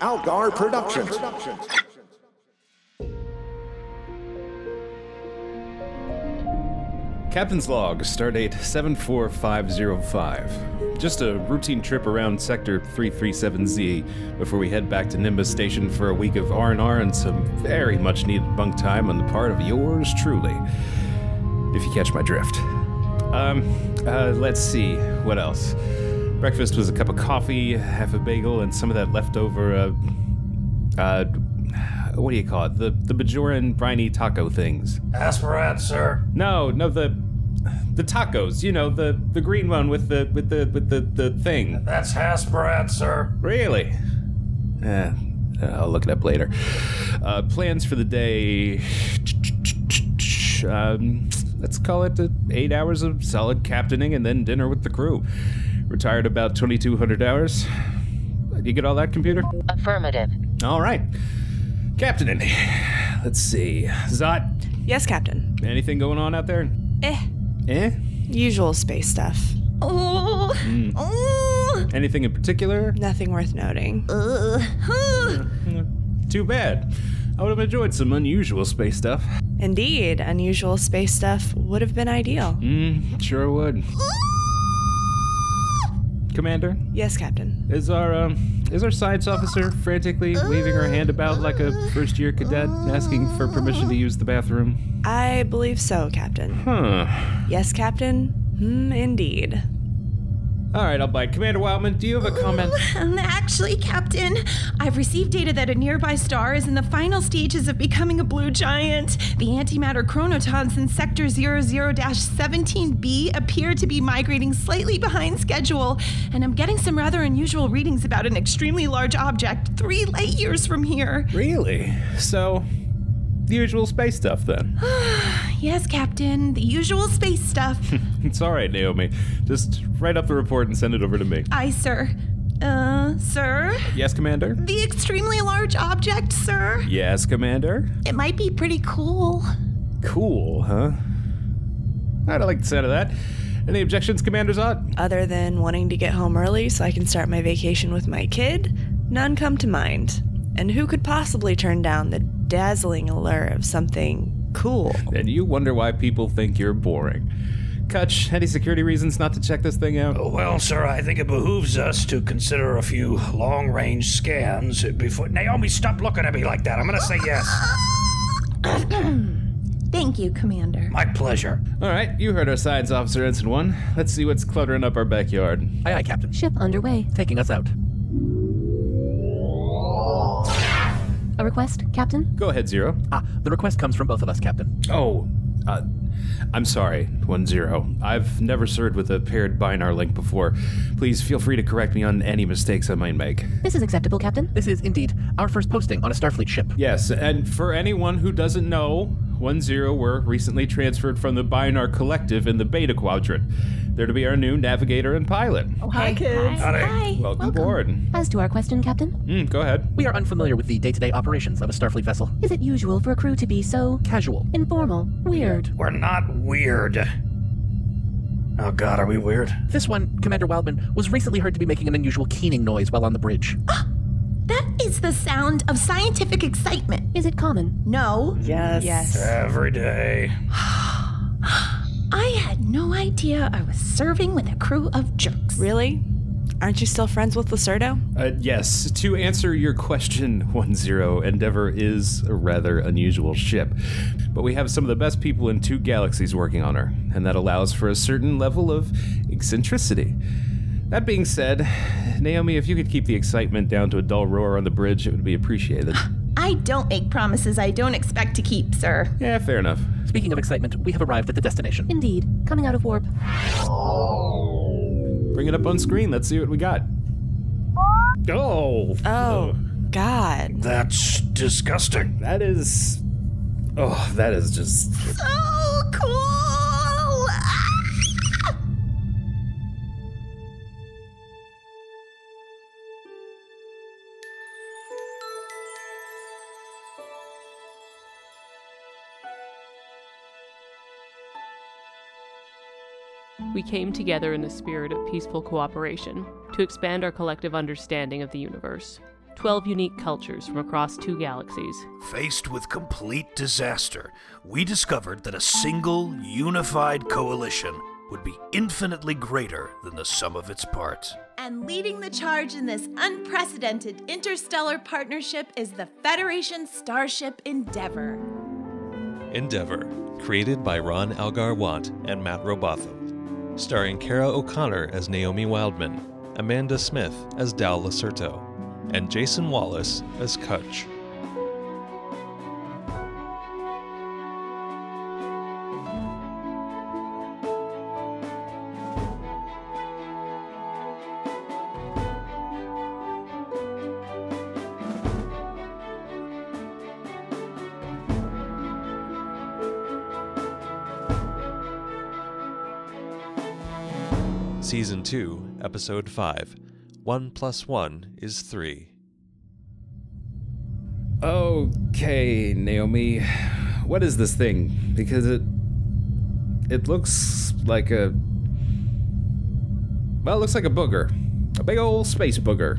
Algar Productions. Captain's log, stardate 74505. Just a routine trip around sector 337Z before we head back to Nimbus station for a week of R&R and some very much needed bunk time on the part of yours truly. If you catch my drift. Um, uh, let's see what else. Breakfast was a cup of coffee, half a bagel, and some of that leftover uh, uh what do you call it? The the Bajoran briny taco things. Aspirant, sir. No, no, the the tacos. You know, the the green one with the with the with the the thing. That's Hasperat, sir. Really? Eh, I'll look it up later. Uh, plans for the day. Um, let's call it uh, eight hours of solid captaining and then dinner with the crew. Retired about 2,200 hours. You get all that, computer? Affirmative. All right. Captaining. Let's see. Zot, Yes, Captain. anything going on out there? Eh. Eh? Usual space stuff. Oh, oh, Mm. Anything in particular? Nothing worth noting. uh, huh. Too bad. I would have enjoyed some unusual space stuff. Indeed, unusual space stuff would have been ideal. Mm, sure would. Commander, Yes, Captain. is our um, is our science officer frantically waving her hand about like a first year cadet asking for permission to use the bathroom? I believe so, Captain. Huh. Yes, Captain. Hmm, indeed. All right, I'll bite. Commander Wildman, do you have a comment? Um, Actually, Captain, I've received data that a nearby star is in the final stages of becoming a blue giant. The antimatter chronotons in Sector 00 17B appear to be migrating slightly behind schedule, and I'm getting some rather unusual readings about an extremely large object three light years from here. Really? So, the usual space stuff then. Yes, Captain, the usual space stuff. it's all right, Naomi. Just write up the report and send it over to me. Aye, sir. Uh, sir? Yes, Commander. The extremely large object, sir? Yes, Commander. It might be pretty cool. Cool, huh? I'd like the sound of that. Any objections, Commander Zod? Other than wanting to get home early so I can start my vacation with my kid, none come to mind. And who could possibly turn down the dazzling allure of something cool? And you wonder why people think you're boring. Kutch, any security reasons not to check this thing out? Oh, Well, sir, I think it behooves us to consider a few long range scans before. Naomi, stop looking at me like that. I'm going to say yes. Thank you, Commander. My pleasure. All right, you heard our science officer, Ensign One. Let's see what's cluttering up our backyard. Aye, aye, Captain. Ship underway. Taking us out. A request, Captain? Go ahead, Zero. Ah, the request comes from both of us, Captain. Oh, uh, I'm sorry, One Zero. I've never served with a paired binar link before. Please feel free to correct me on any mistakes I might make. This is acceptable, Captain. This is indeed our first posting on a Starfleet ship. Yes, and for anyone who doesn't know, One Zero were recently transferred from the Binar Collective in the Beta Quadrant. They're to be our new navigator and pilot. Oh, hi, kids. Howdy. Welcome, aboard. As to our question, Captain, Mm, go ahead. We are unfamiliar with the day to day operations of a Starfleet vessel. is it usual for a crew to be so Casual. informal, weird? We're not weird. Oh, God, are we weird? This one, Commander Wildman, was recently heard to be making an unusual keening noise while on the bridge. That is the sound of scientific excitement. Is it common? No, Yes. Yes. Every day. I had no idea I was serving with a crew of jerks. Really? Aren't you still friends with Lacerdo? Uh, yes, to answer your question, 1-0, Endeavor is a rather unusual ship, but we have some of the best people in two galaxies working on her, and that allows for a certain level of eccentricity. That being said, Naomi, if you could keep the excitement down to a dull roar on the bridge, it would be appreciated. I don't make promises I don't expect to keep, sir. yeah, fair enough. Speaking of excitement, we have arrived at the destination. Indeed. Coming out of warp. Bring it up on screen. Let's see what we got. Oh, Oh, God. That's disgusting. that is. Oh, that is just. So cool! Ah! We came together in the spirit of peaceful cooperation to expand our collective understanding of the universe, 12 unique cultures from across two galaxies. Faced with complete disaster, we discovered that a single, unified coalition would be infinitely greater than the sum of its parts. And leading the charge in this unprecedented interstellar partnership is the Federation Starship Endeavor. Endeavor, created by Ron Algar Watt and Matt Robotham, starring Kara O'Connor as Naomi Wildman, Amanda Smith as Dal Lacerto, and Jason Wallace as Kutch. Season 2, Episode 5 1 plus 1 is 3. Okay, Naomi. What is this thing? Because it it looks like a well, it looks like a booger. A big old space booger.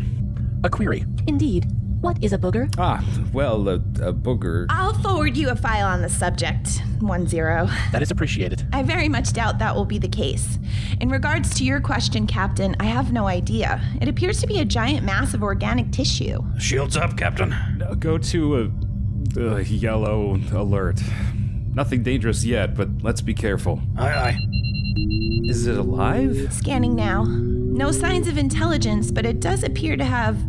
A query. Indeed. What is a booger? Ah, well, a, a booger. I'll forward you a file on the subject. One zero. That is appreciated. I very much doubt that will be the case. In regards to your question, Captain, I have no idea. It appears to be a giant mass of organic tissue. Shields up, Captain. Go to a, a yellow alert. Nothing dangerous yet, but let's be careful. Aye, aye. Is it alive? Scanning now. No signs of intelligence, but it does appear to have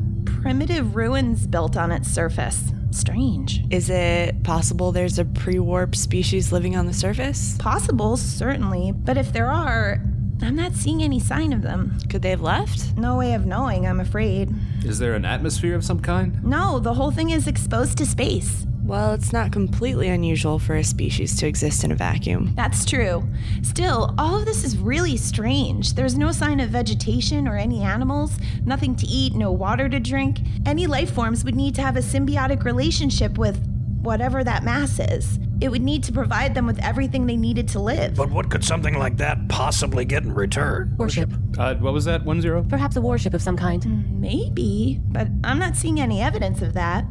primitive ruins built on its surface. Strange. Is it possible there's a pre warp species living on the surface? Possible, certainly, but if there are, I'm not seeing any sign of them. Could they have left? No way of knowing, I'm afraid. Is there an atmosphere of some kind? No, the whole thing is exposed to space. Well, it's not completely unusual for a species to exist in a vacuum. That's true. Still, all of this is really strange. There's no sign of vegetation or any animals, nothing to eat, no water to drink. Any life forms would need to have a symbiotic relationship with whatever that mass is. It would need to provide them with everything they needed to live. But what could something like that possibly get in return? Warship. Uh, what was that? One zero? Perhaps a warship of some kind. Mm, Maybe, but I'm not seeing any evidence of that.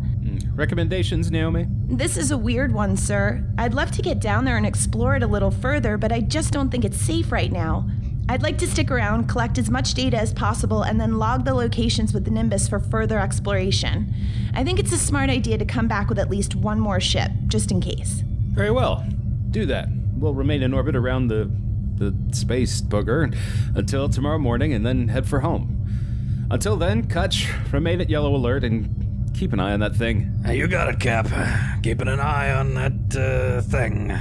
Recommendations, Naomi? This is a weird one, sir. I'd love to get down there and explore it a little further, but I just don't think it's safe right now. I'd like to stick around, collect as much data as possible, and then log the locations with the Nimbus for further exploration. I think it's a smart idea to come back with at least one more ship, just in case. Very well. Do that. We'll remain in orbit around the the space booger until tomorrow morning and then head for home. Until then, Kutch, remain at yellow alert and keep an eye on that thing. Hey, you got it, Cap. Keeping an eye on that uh, thing.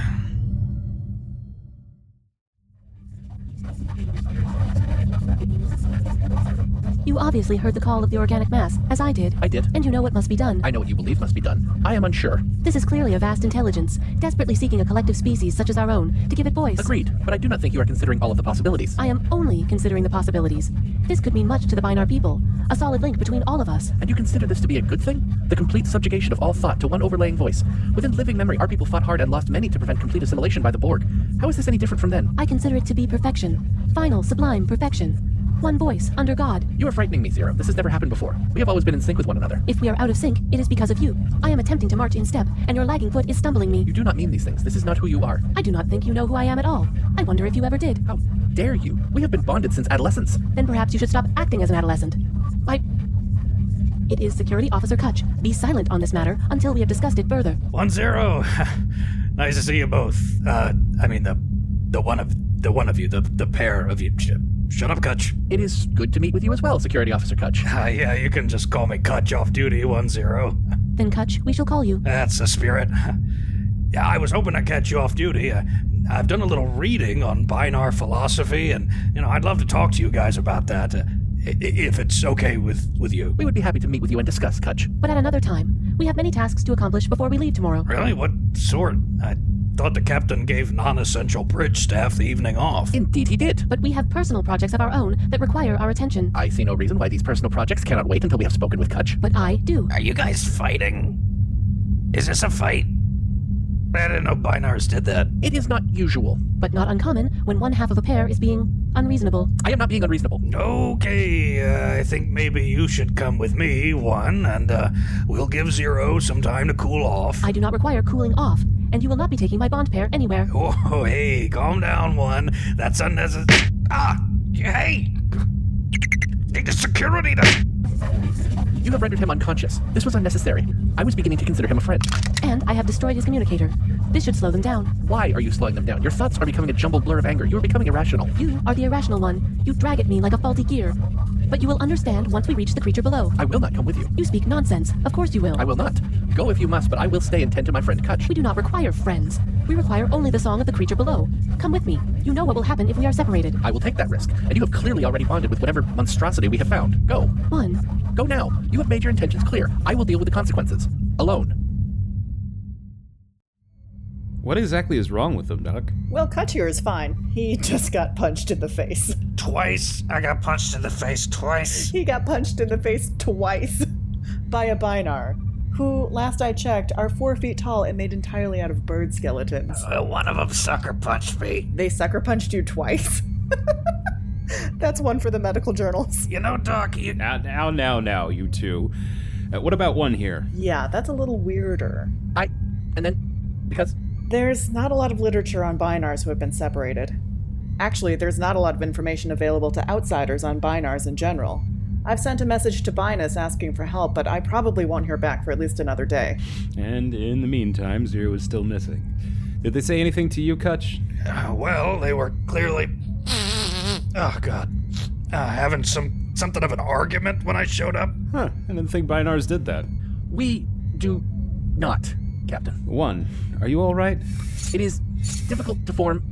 You obviously heard the call of the organic mass, as I did. I did. And you know what must be done. I know what you believe must be done. I am unsure. This is clearly a vast intelligence, desperately seeking a collective species such as our own to give it voice. Agreed, but I do not think you are considering all of the possibilities. I am only considering the possibilities. This could mean much to the Binar people, a solid link between all of us. And you consider this to be a good thing? The complete subjugation of all thought to one overlaying voice. Within living memory, our people fought hard and lost many to prevent complete assimilation by the Borg. How is this any different from then? I consider it to be perfection. Final, sublime perfection. One voice, under God. You are frightening me, Zero. This has never happened before. We have always been in sync with one another. If we are out of sync, it is because of you. I am attempting to march in step, and your lagging foot is stumbling me. You do not mean these things. This is not who you are. I do not think you know who I am at all. I wonder if you ever did. How dare you? We have been bonded since adolescence. Then perhaps you should stop acting as an adolescent. I. It is Security Officer Kutch. Be silent on this matter until we have discussed it further. One zero. nice to see you both. Uh, I mean the the one of the one of you, the the pair of you. Sh- shut up, Kutch. It is good to meet with you as well, Security Officer Kutch. Ah, yeah, you can just call me Kutch off duty. One zero. Then, Kutch, we shall call you. That's the spirit. Yeah, I was hoping to catch you off duty. I, I've done a little reading on Binar philosophy, and you know I'd love to talk to you guys about that, uh, i- i- if it's okay with with you. We would be happy to meet with you and discuss, Kutch. But at another time. We have many tasks to accomplish before we leave tomorrow. Really, what sort? I thought the captain gave non-essential bridge staff the evening off. Indeed, he did. But we have personal projects of our own that require our attention. I see no reason why these personal projects cannot wait until we have spoken with Kutch. But I do. Are you guys fighting? Is this a fight? I didn't know Binars did that. It is not usual. but not uncommon when one half of a pair is being unreasonable. I am not being unreasonable. Okay, uh, I think maybe you should come with me, one, and uh, we'll give Zero some time to cool off. I do not require cooling off, and you will not be taking my bond pair anywhere. Oh, hey, calm down, one. That's unnecessary. Ah, hey! Need the security to. You have rendered him unconscious. This was unnecessary. I was beginning to consider him a friend. And I have destroyed his communicator. This should slow them down. Why are you slowing them down? Your thoughts are becoming a jumbled blur of anger. You are becoming irrational. You are the irrational one. You drag at me like a faulty gear. But you will understand once we reach the creature below. I will not come with you. You speak nonsense. Of course you will. I will not. Go if you must, but I will stay and tend to my friend Kutch. We do not require friends. We require only the song of the creature below. Come with me. You know what will happen if we are separated. I will take that risk, and you have clearly already bonded with whatever monstrosity we have found. Go. One. Go now. You have made your intentions clear. I will deal with the consequences. Alone. What exactly is wrong with them, Doc? Well, Kutcher is fine. He just got punched in the face. Twice. I got punched in the face twice. He got punched in the face twice by a Binar, who, last I checked, are four feet tall and made entirely out of bird skeletons. Uh, one of them sucker punched me. They sucker punched you twice. That's one for the medical journals. You know, Doc, you. Now, now, now, now, you two. Uh, what about one here? Yeah, that's a little weirder. I. And then. Because. There's not a lot of literature on binars who have been separated. Actually, there's not a lot of information available to outsiders on binars in general. I've sent a message to Binus asking for help, but I probably won't hear back for at least another day. And in the meantime, Zero is still missing. Did they say anything to you, Kutch? Uh, well, they were clearly. Oh, God. Uh, having some something of an argument when I showed up. Huh, I didn't think Binars did that. We do not, Captain. One, are you alright? It is difficult to form,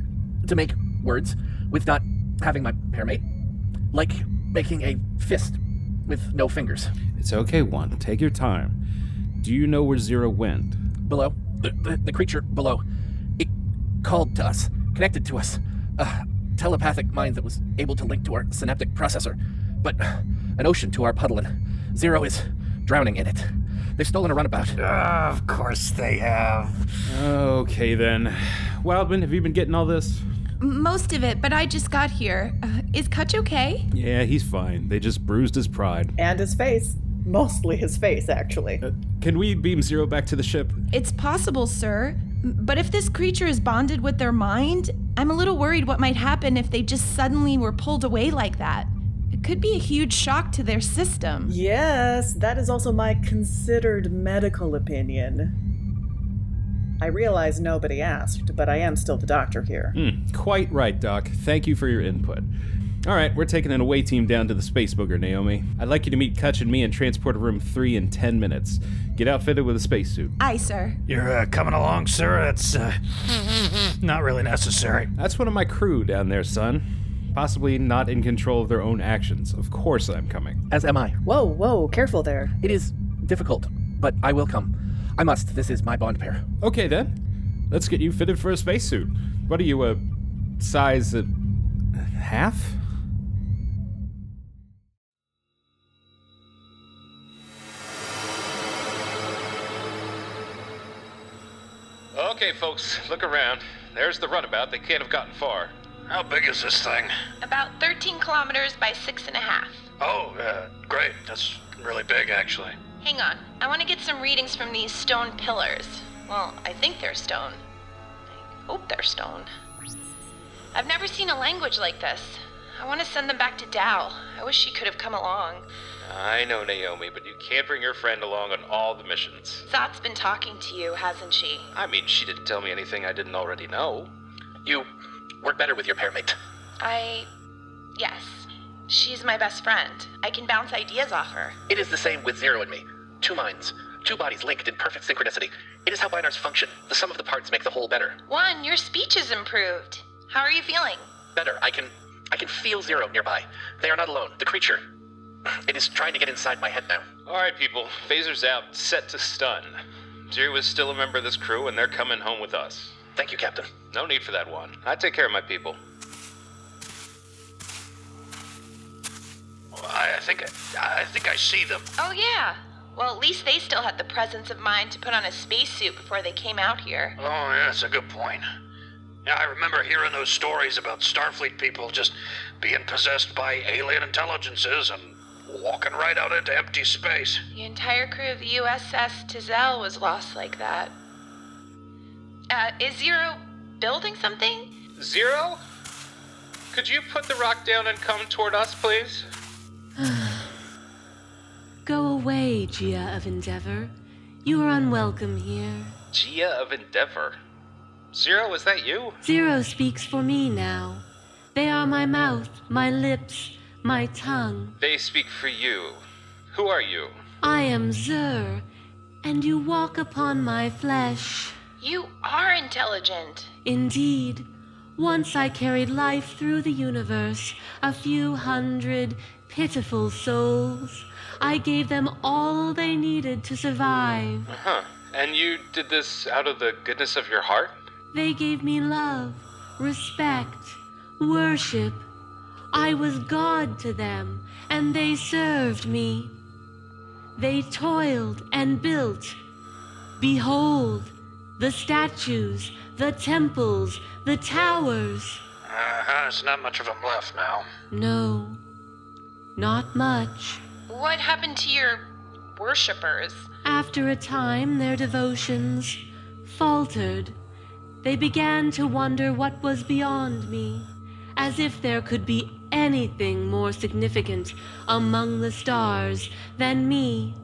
to make words with not having my pairmate. Like making a fist with no fingers. It's okay, One. Take your time. Do you know where Zero went? Below, the, the, the creature below, it called to us, connected to us. A telepathic mind that was able to link to our synaptic processor, but an ocean to our puddle, and Zero is drowning in it. They've stolen a runabout. Uh, of course they have. Okay, then. Wildman, have you been getting all this? Most of it, but I just got here. Uh, is Kutch okay? Yeah, he's fine. They just bruised his pride. Uh, And his face. Mostly his face, actually. Can we beam Zero back to the ship? It's possible, sir. M- But if this creature is bonded with their mind, I'm a little worried what might happen if they just suddenly were pulled away like that. It could be a huge shock to their system. Yes, that is also my considered medical opinion. I realize nobody asked, but I am still the doctor here. Quite right, Doc. Thank you for your input. All right, we're taking an away team down to the space booger, Naomi. I'd like you to meet Kutch and me in transporter room 3 in 10 minutes. Get outfitted with a spacesuit. Aye, sir. You're uh, coming along, sir. That's uh, not really necessary. That's one of my crew down there, son. Possibly not in control of their own actions. Of course I'm coming. As am I. Whoa, whoa, careful there. It is difficult, but I will come. I must. This is my bond pair. Okay, then. Let's get you fitted for a spacesuit. What are you, a size uh, half? Okay, folks, look around. There's the runabout. They can't have gotten far. How big is this thing? About 13 kilometers by six and a half. Oh, uh, great. That's really big, actually. Hang on. I want to get some readings from these stone pillars. Well, I think they're stone. I hope they're stone. I've never seen a language like this. I want to send them back to Dal. I wish she could have come along. I know, Naomi, but you can't bring your friend along on all the missions. Zot's been talking to you, hasn't she? I mean, she didn't tell me anything I didn't already know. You work better with your pairmate. I. Yes. She's my best friend. I can bounce ideas off her. It is the same with Zero and me. Two minds, two bodies linked in perfect synchronicity. It is how binars function. The sum of the parts make the whole better. One, your speech is improved. How are you feeling? Better. I can I can feel Zero nearby. They are not alone. The creature. It is trying to get inside my head now. All right, people. Phaser's out, set to stun. Zero is still a member of this crew, and they're coming home with us. Thank you, Captain. No need for that one. I take care of my people. I I think I, I think I see them. Oh, yeah. Well, at least they still had the presence of mind to put on a spacesuit before they came out here. Oh, yeah, that's a good point. Yeah, I remember hearing those stories about Starfleet people just being possessed by alien intelligences and walking right out into empty space. The entire crew of the USS Tizelle was lost like that. Uh, is Zero building something? Zero? Could you put the rock down and come toward us, please? Go away, Gia of Endeavor. You are unwelcome here. Gia of Endeavor. Zero, is that you? Zero speaks for me now. They are my mouth, my lips, my tongue. They speak for you. Who are you? I am Zur, and you walk upon my flesh. You are intelligent. Indeed, once I carried life through the universe, a few hundred pitiful souls. I gave them all they needed to survive. Huh. Uh-huh. And you did this out of the goodness of your heart? They gave me love, respect, worship. I was God to them, and they served me. They toiled and built. Behold, the statues, the temples, the towers. Uh huh, it's not much of them left now. No, not much. What happened to your worshippers? After a time, their devotions faltered. They began to wonder what was beyond me, as if there could be anything more significant among the stars than me.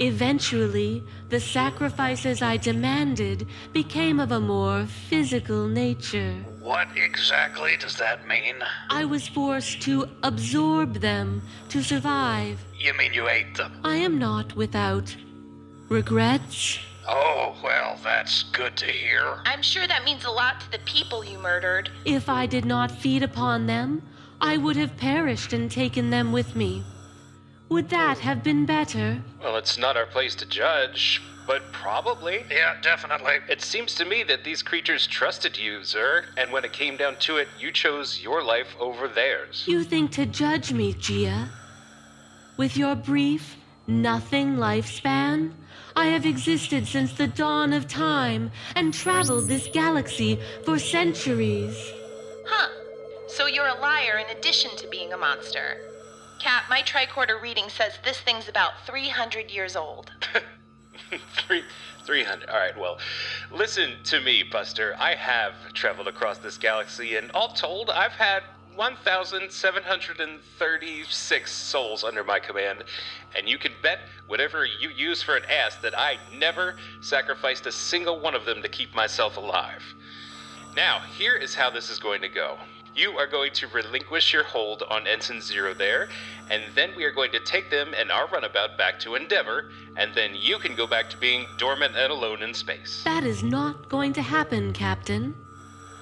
Eventually, the sacrifices I demanded became of a more physical nature. What exactly does that mean? I was forced to absorb them to survive. You mean you ate them? I am not without regrets. Oh, well, that's good to hear. I'm sure that means a lot to the people you murdered. If I did not feed upon them, I would have perished and taken them with me. Would that have been better? Well, it's not our place to judge, but probably. Yeah, definitely. It seems to me that these creatures trusted you, Zer, and when it came down to it, you chose your life over theirs. You think to judge me, Gia? With your brief, nothing lifespan? I have existed since the dawn of time and traveled this galaxy for centuries. Huh. So you're a liar in addition to being a monster. Cat, my tricorder reading says this thing's about 300 years old. Three, 300. All right, well, listen to me, Buster. I have traveled across this galaxy, and all told, I've had 1,736 souls under my command. And you can bet whatever you use for an ass that I never sacrificed a single one of them to keep myself alive. Now, here is how this is going to go. You are going to relinquish your hold on Ensign Zero there, and then we are going to take them and our runabout back to Endeavor, and then you can go back to being dormant and alone in space. That is not going to happen, Captain.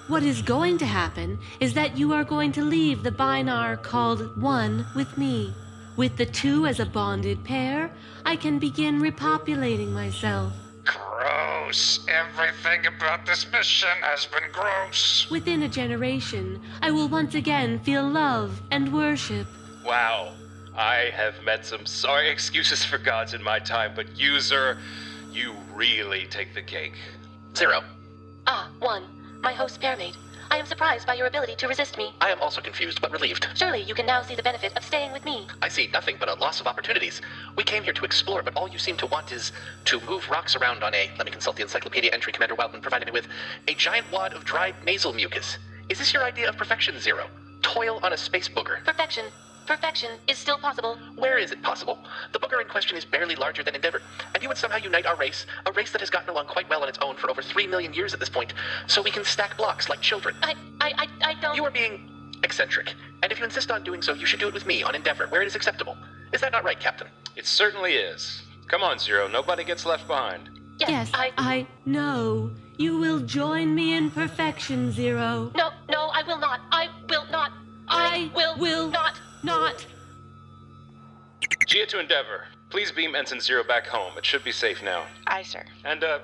What is going to happen is that you are going to leave the binar called One with me. With the two as a bonded pair, I can begin repopulating myself. Gross. Everything about this mission has been gross. Within a generation, I will once again feel love and worship. Wow. I have met some sorry excuses for gods in my time, but you, sir, you really take the cake. Zero. Ah, one. My host, Pearmaid. I am surprised by your ability to resist me. I am also confused, but relieved. Surely you can now see the benefit of staying with me. I see nothing but a loss of opportunities. We came here to explore, but all you seem to want is to move rocks around on a. Let me consult the encyclopedia entry Commander Wildman provided me with a giant wad of dried nasal mucus. Is this your idea of perfection, Zero? Toil on a space booger. Perfection. Perfection is still possible. Where is it possible? The booger in question is barely larger than Endeavor, and you would somehow unite our race, a race that has gotten along quite well on its own for over three million years at this point, so we can stack blocks like children. I, I, I, I don't. You are being eccentric, and if you insist on doing so, you should do it with me on Endeavor, where it is acceptable. Is that not right, Captain? It certainly is. Come on, Zero. Nobody gets left behind. Yes, I. I know. You will join me in perfection, Zero. No, no, I will not. I will not. I, will, will not. Not. Gia to Endeavor. Please beam Ensign Zero back home. It should be safe now. Aye, sir. And, uh,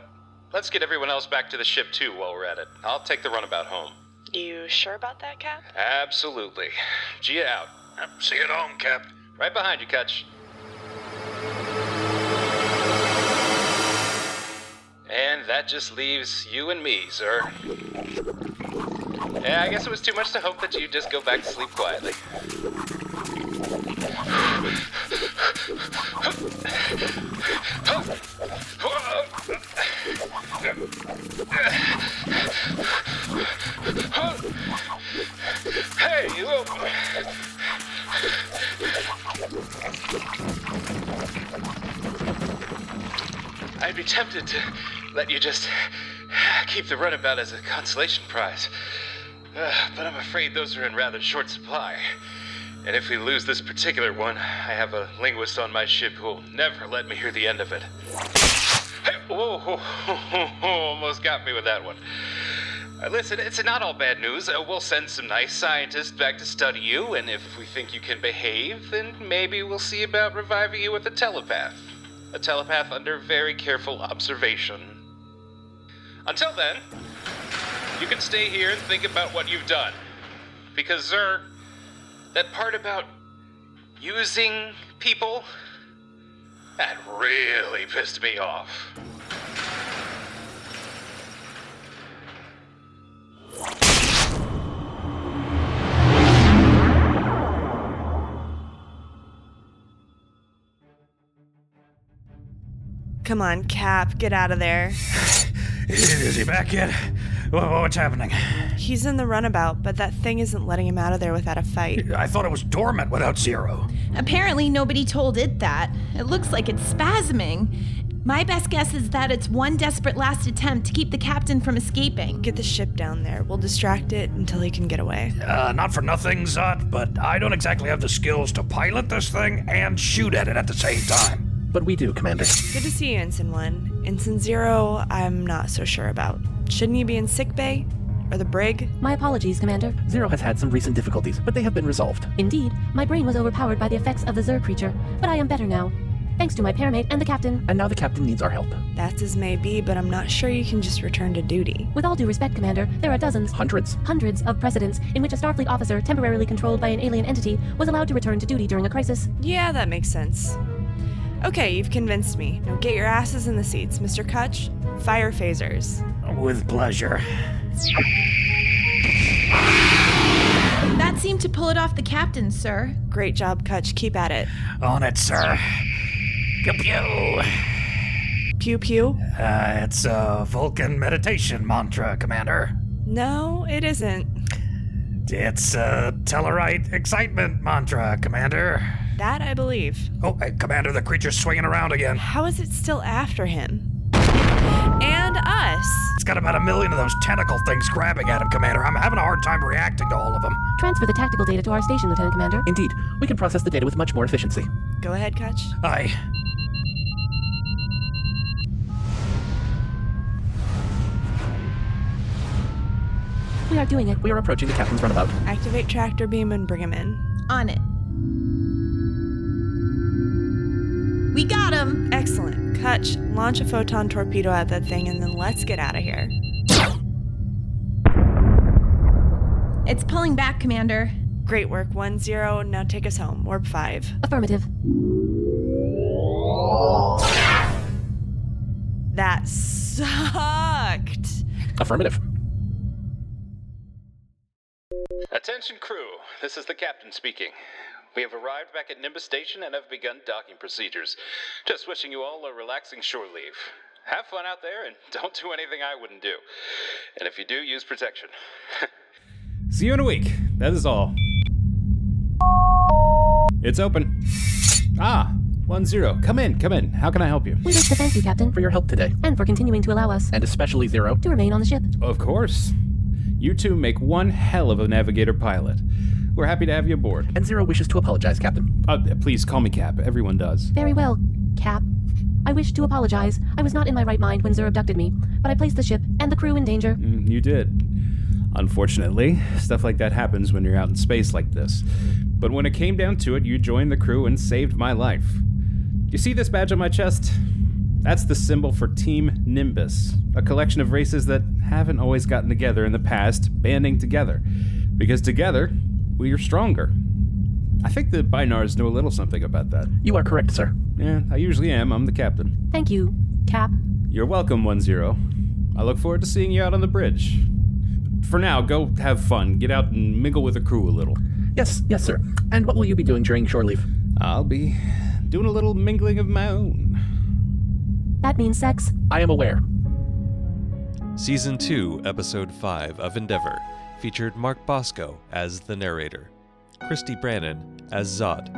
let's get everyone else back to the ship, too, while we're at it. I'll take the runabout home. You sure about that, Cap? Absolutely. Gia out. Um, See you at home, Cap. Right behind you, Kutch. That just leaves you and me, sir. Yeah, I guess it was too much to hope that you just go back to sleep quietly. Hey, you little. I'd be tempted to let you just keep the runabout as a consolation prize. Uh, but I'm afraid those are in rather short supply. And if we lose this particular one, I have a linguist on my ship who'll never let me hear the end of it. Hey, whoa, whoa, whoa, whoa, almost got me with that one. Uh, listen, it's not all bad news. Uh, we'll send some nice scientists back to study you, and if we think you can behave, then maybe we'll see about reviving you with a telepath. A telepath under very careful observation. Until then, you can stay here and think about what you've done. Because, Zer, that part about using people, that really pissed me off. Come on, Cap, get out of there. Is he back yet? Wha- wha- What's happening? He's in the runabout, but that thing isn't letting him out of there without a fight. I thought it was dormant without Zero. Apparently, nobody told it that. It looks like it's spasming. My best guess is that it's one desperate last attempt to keep the captain from escaping. Get the ship down there. We'll distract it until he can get away. Uh, not for nothing, Zot, but I don't exactly have the skills to pilot this thing and shoot at it at the same time. But we do, Commander. Good to see you, Ensign 1. Ensign 0, I'm not so sure about. Shouldn't he be in sick bay? Or the brig? My apologies, Commander. Zero has had some recent difficulties, but they have been resolved. Indeed, my brain was overpowered by the effects of the Zer creature, but I am better now. Thanks to my paramate and the captain. And now the captain needs our help. That's as may be, but I'm not sure you can just return to duty. With all due respect, Commander, there are dozens, Hundreds. hundreds of precedents in which a Starfleet officer temporarily controlled by an alien entity was allowed to return to duty during a crisis. Yeah, that makes sense. Okay, you've convinced me. Now get your asses in the seats, Mr. Kutch. Fire phasers. With pleasure. That seemed to pull it off the captain, sir. Great job, Kutch. Keep at it. On it, sir. Pew pew. Pew pew. Uh, it's a Vulcan meditation mantra, Commander. No, it isn't. It's a Tellarite excitement mantra, Commander. That I believe. Oh, hey, Commander, the creature's swinging around again. How is it still after him? And us. It's got about a million of those tentacle things grabbing at him, Commander. I'm having a hard time reacting to all of them. Transfer the tactical data to our station, Lieutenant Commander. Indeed, we can process the data with much more efficiency. Go ahead, Kutch. Aye. We are doing it. We are approaching the captain's runabout. Activate tractor beam and bring him in. On it. We got him! Excellent. Kutch, launch a photon torpedo at that thing and then let's get out of here. It's pulling back, Commander. Great work, 1 0. Now take us home. Warp 5. Affirmative. That sucked. Affirmative. Attention, crew. This is the captain speaking. We have arrived back at Nimbus Station and have begun docking procedures. Just wishing you all a relaxing shore leave. Have fun out there and don't do anything I wouldn't do. And if you do, use protection. See you in a week. That is all. It's open. Ah, one zero. Come in, come in. How can I help you? We wish to thank you, Captain, For your help today, and for continuing to allow us and especially Zero. to remain on the ship. Of course. You two make one hell of a navigator pilot. We're happy to have you aboard. And Zero wishes to apologize, Captain. Uh, please call me Cap. Everyone does. Very well, Cap. I wish to apologize. I was not in my right mind when Zer abducted me, but I placed the ship and the crew in danger. Mm, You did. Unfortunately, stuff like that happens when you're out in space like this. But when it came down to it, you joined the crew and saved my life. You see this badge on my chest? That's the symbol for Team Nimbus, a collection of races that haven't always gotten together in the past, banding together. Because together, we are stronger. I think the Binars know a little something about that. You are correct, sir. Yeah, I usually am. I'm the captain. Thank you, Cap. You're welcome, One Zero. I look forward to seeing you out on the bridge. For now, go have fun. Get out and mingle with the crew a little. Yes, yes, sir. And what will you be doing during shore leave? I'll be doing a little mingling of my own. That means sex. I am aware. Season 2, Episode 5 of Endeavor featured Mark Bosco as the narrator, Christy Brannon as Zod,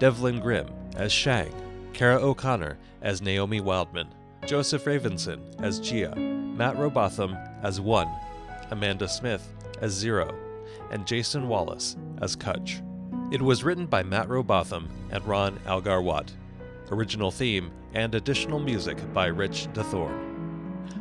Devlin Grimm as Shang, Kara O'Connor as Naomi Wildman, Joseph Ravenson as Gia, Matt Robotham as One, Amanda Smith as Zero, and Jason Wallace as Kutch. It was written by Matt Robotham and Ron Algarwat. Original theme and additional music by Rich DeThorne.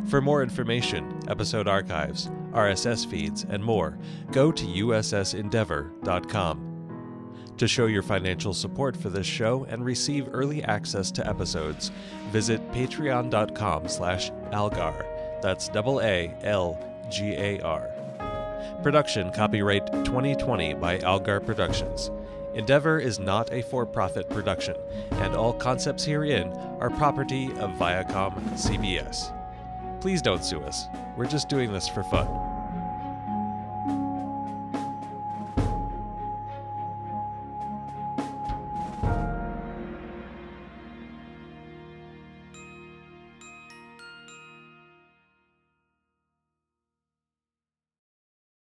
For more information, episode archives, RSS feeds, and more, go to ussendeavor.com. To show your financial support for this show and receive early access to episodes, visit patreon.com slash algar. That's double A L G A R. Production copyright 2020 by Algar Productions. Endeavor is not a for profit production, and all concepts herein are property of Viacom CBS. Please don't sue us. We're just doing this for fun.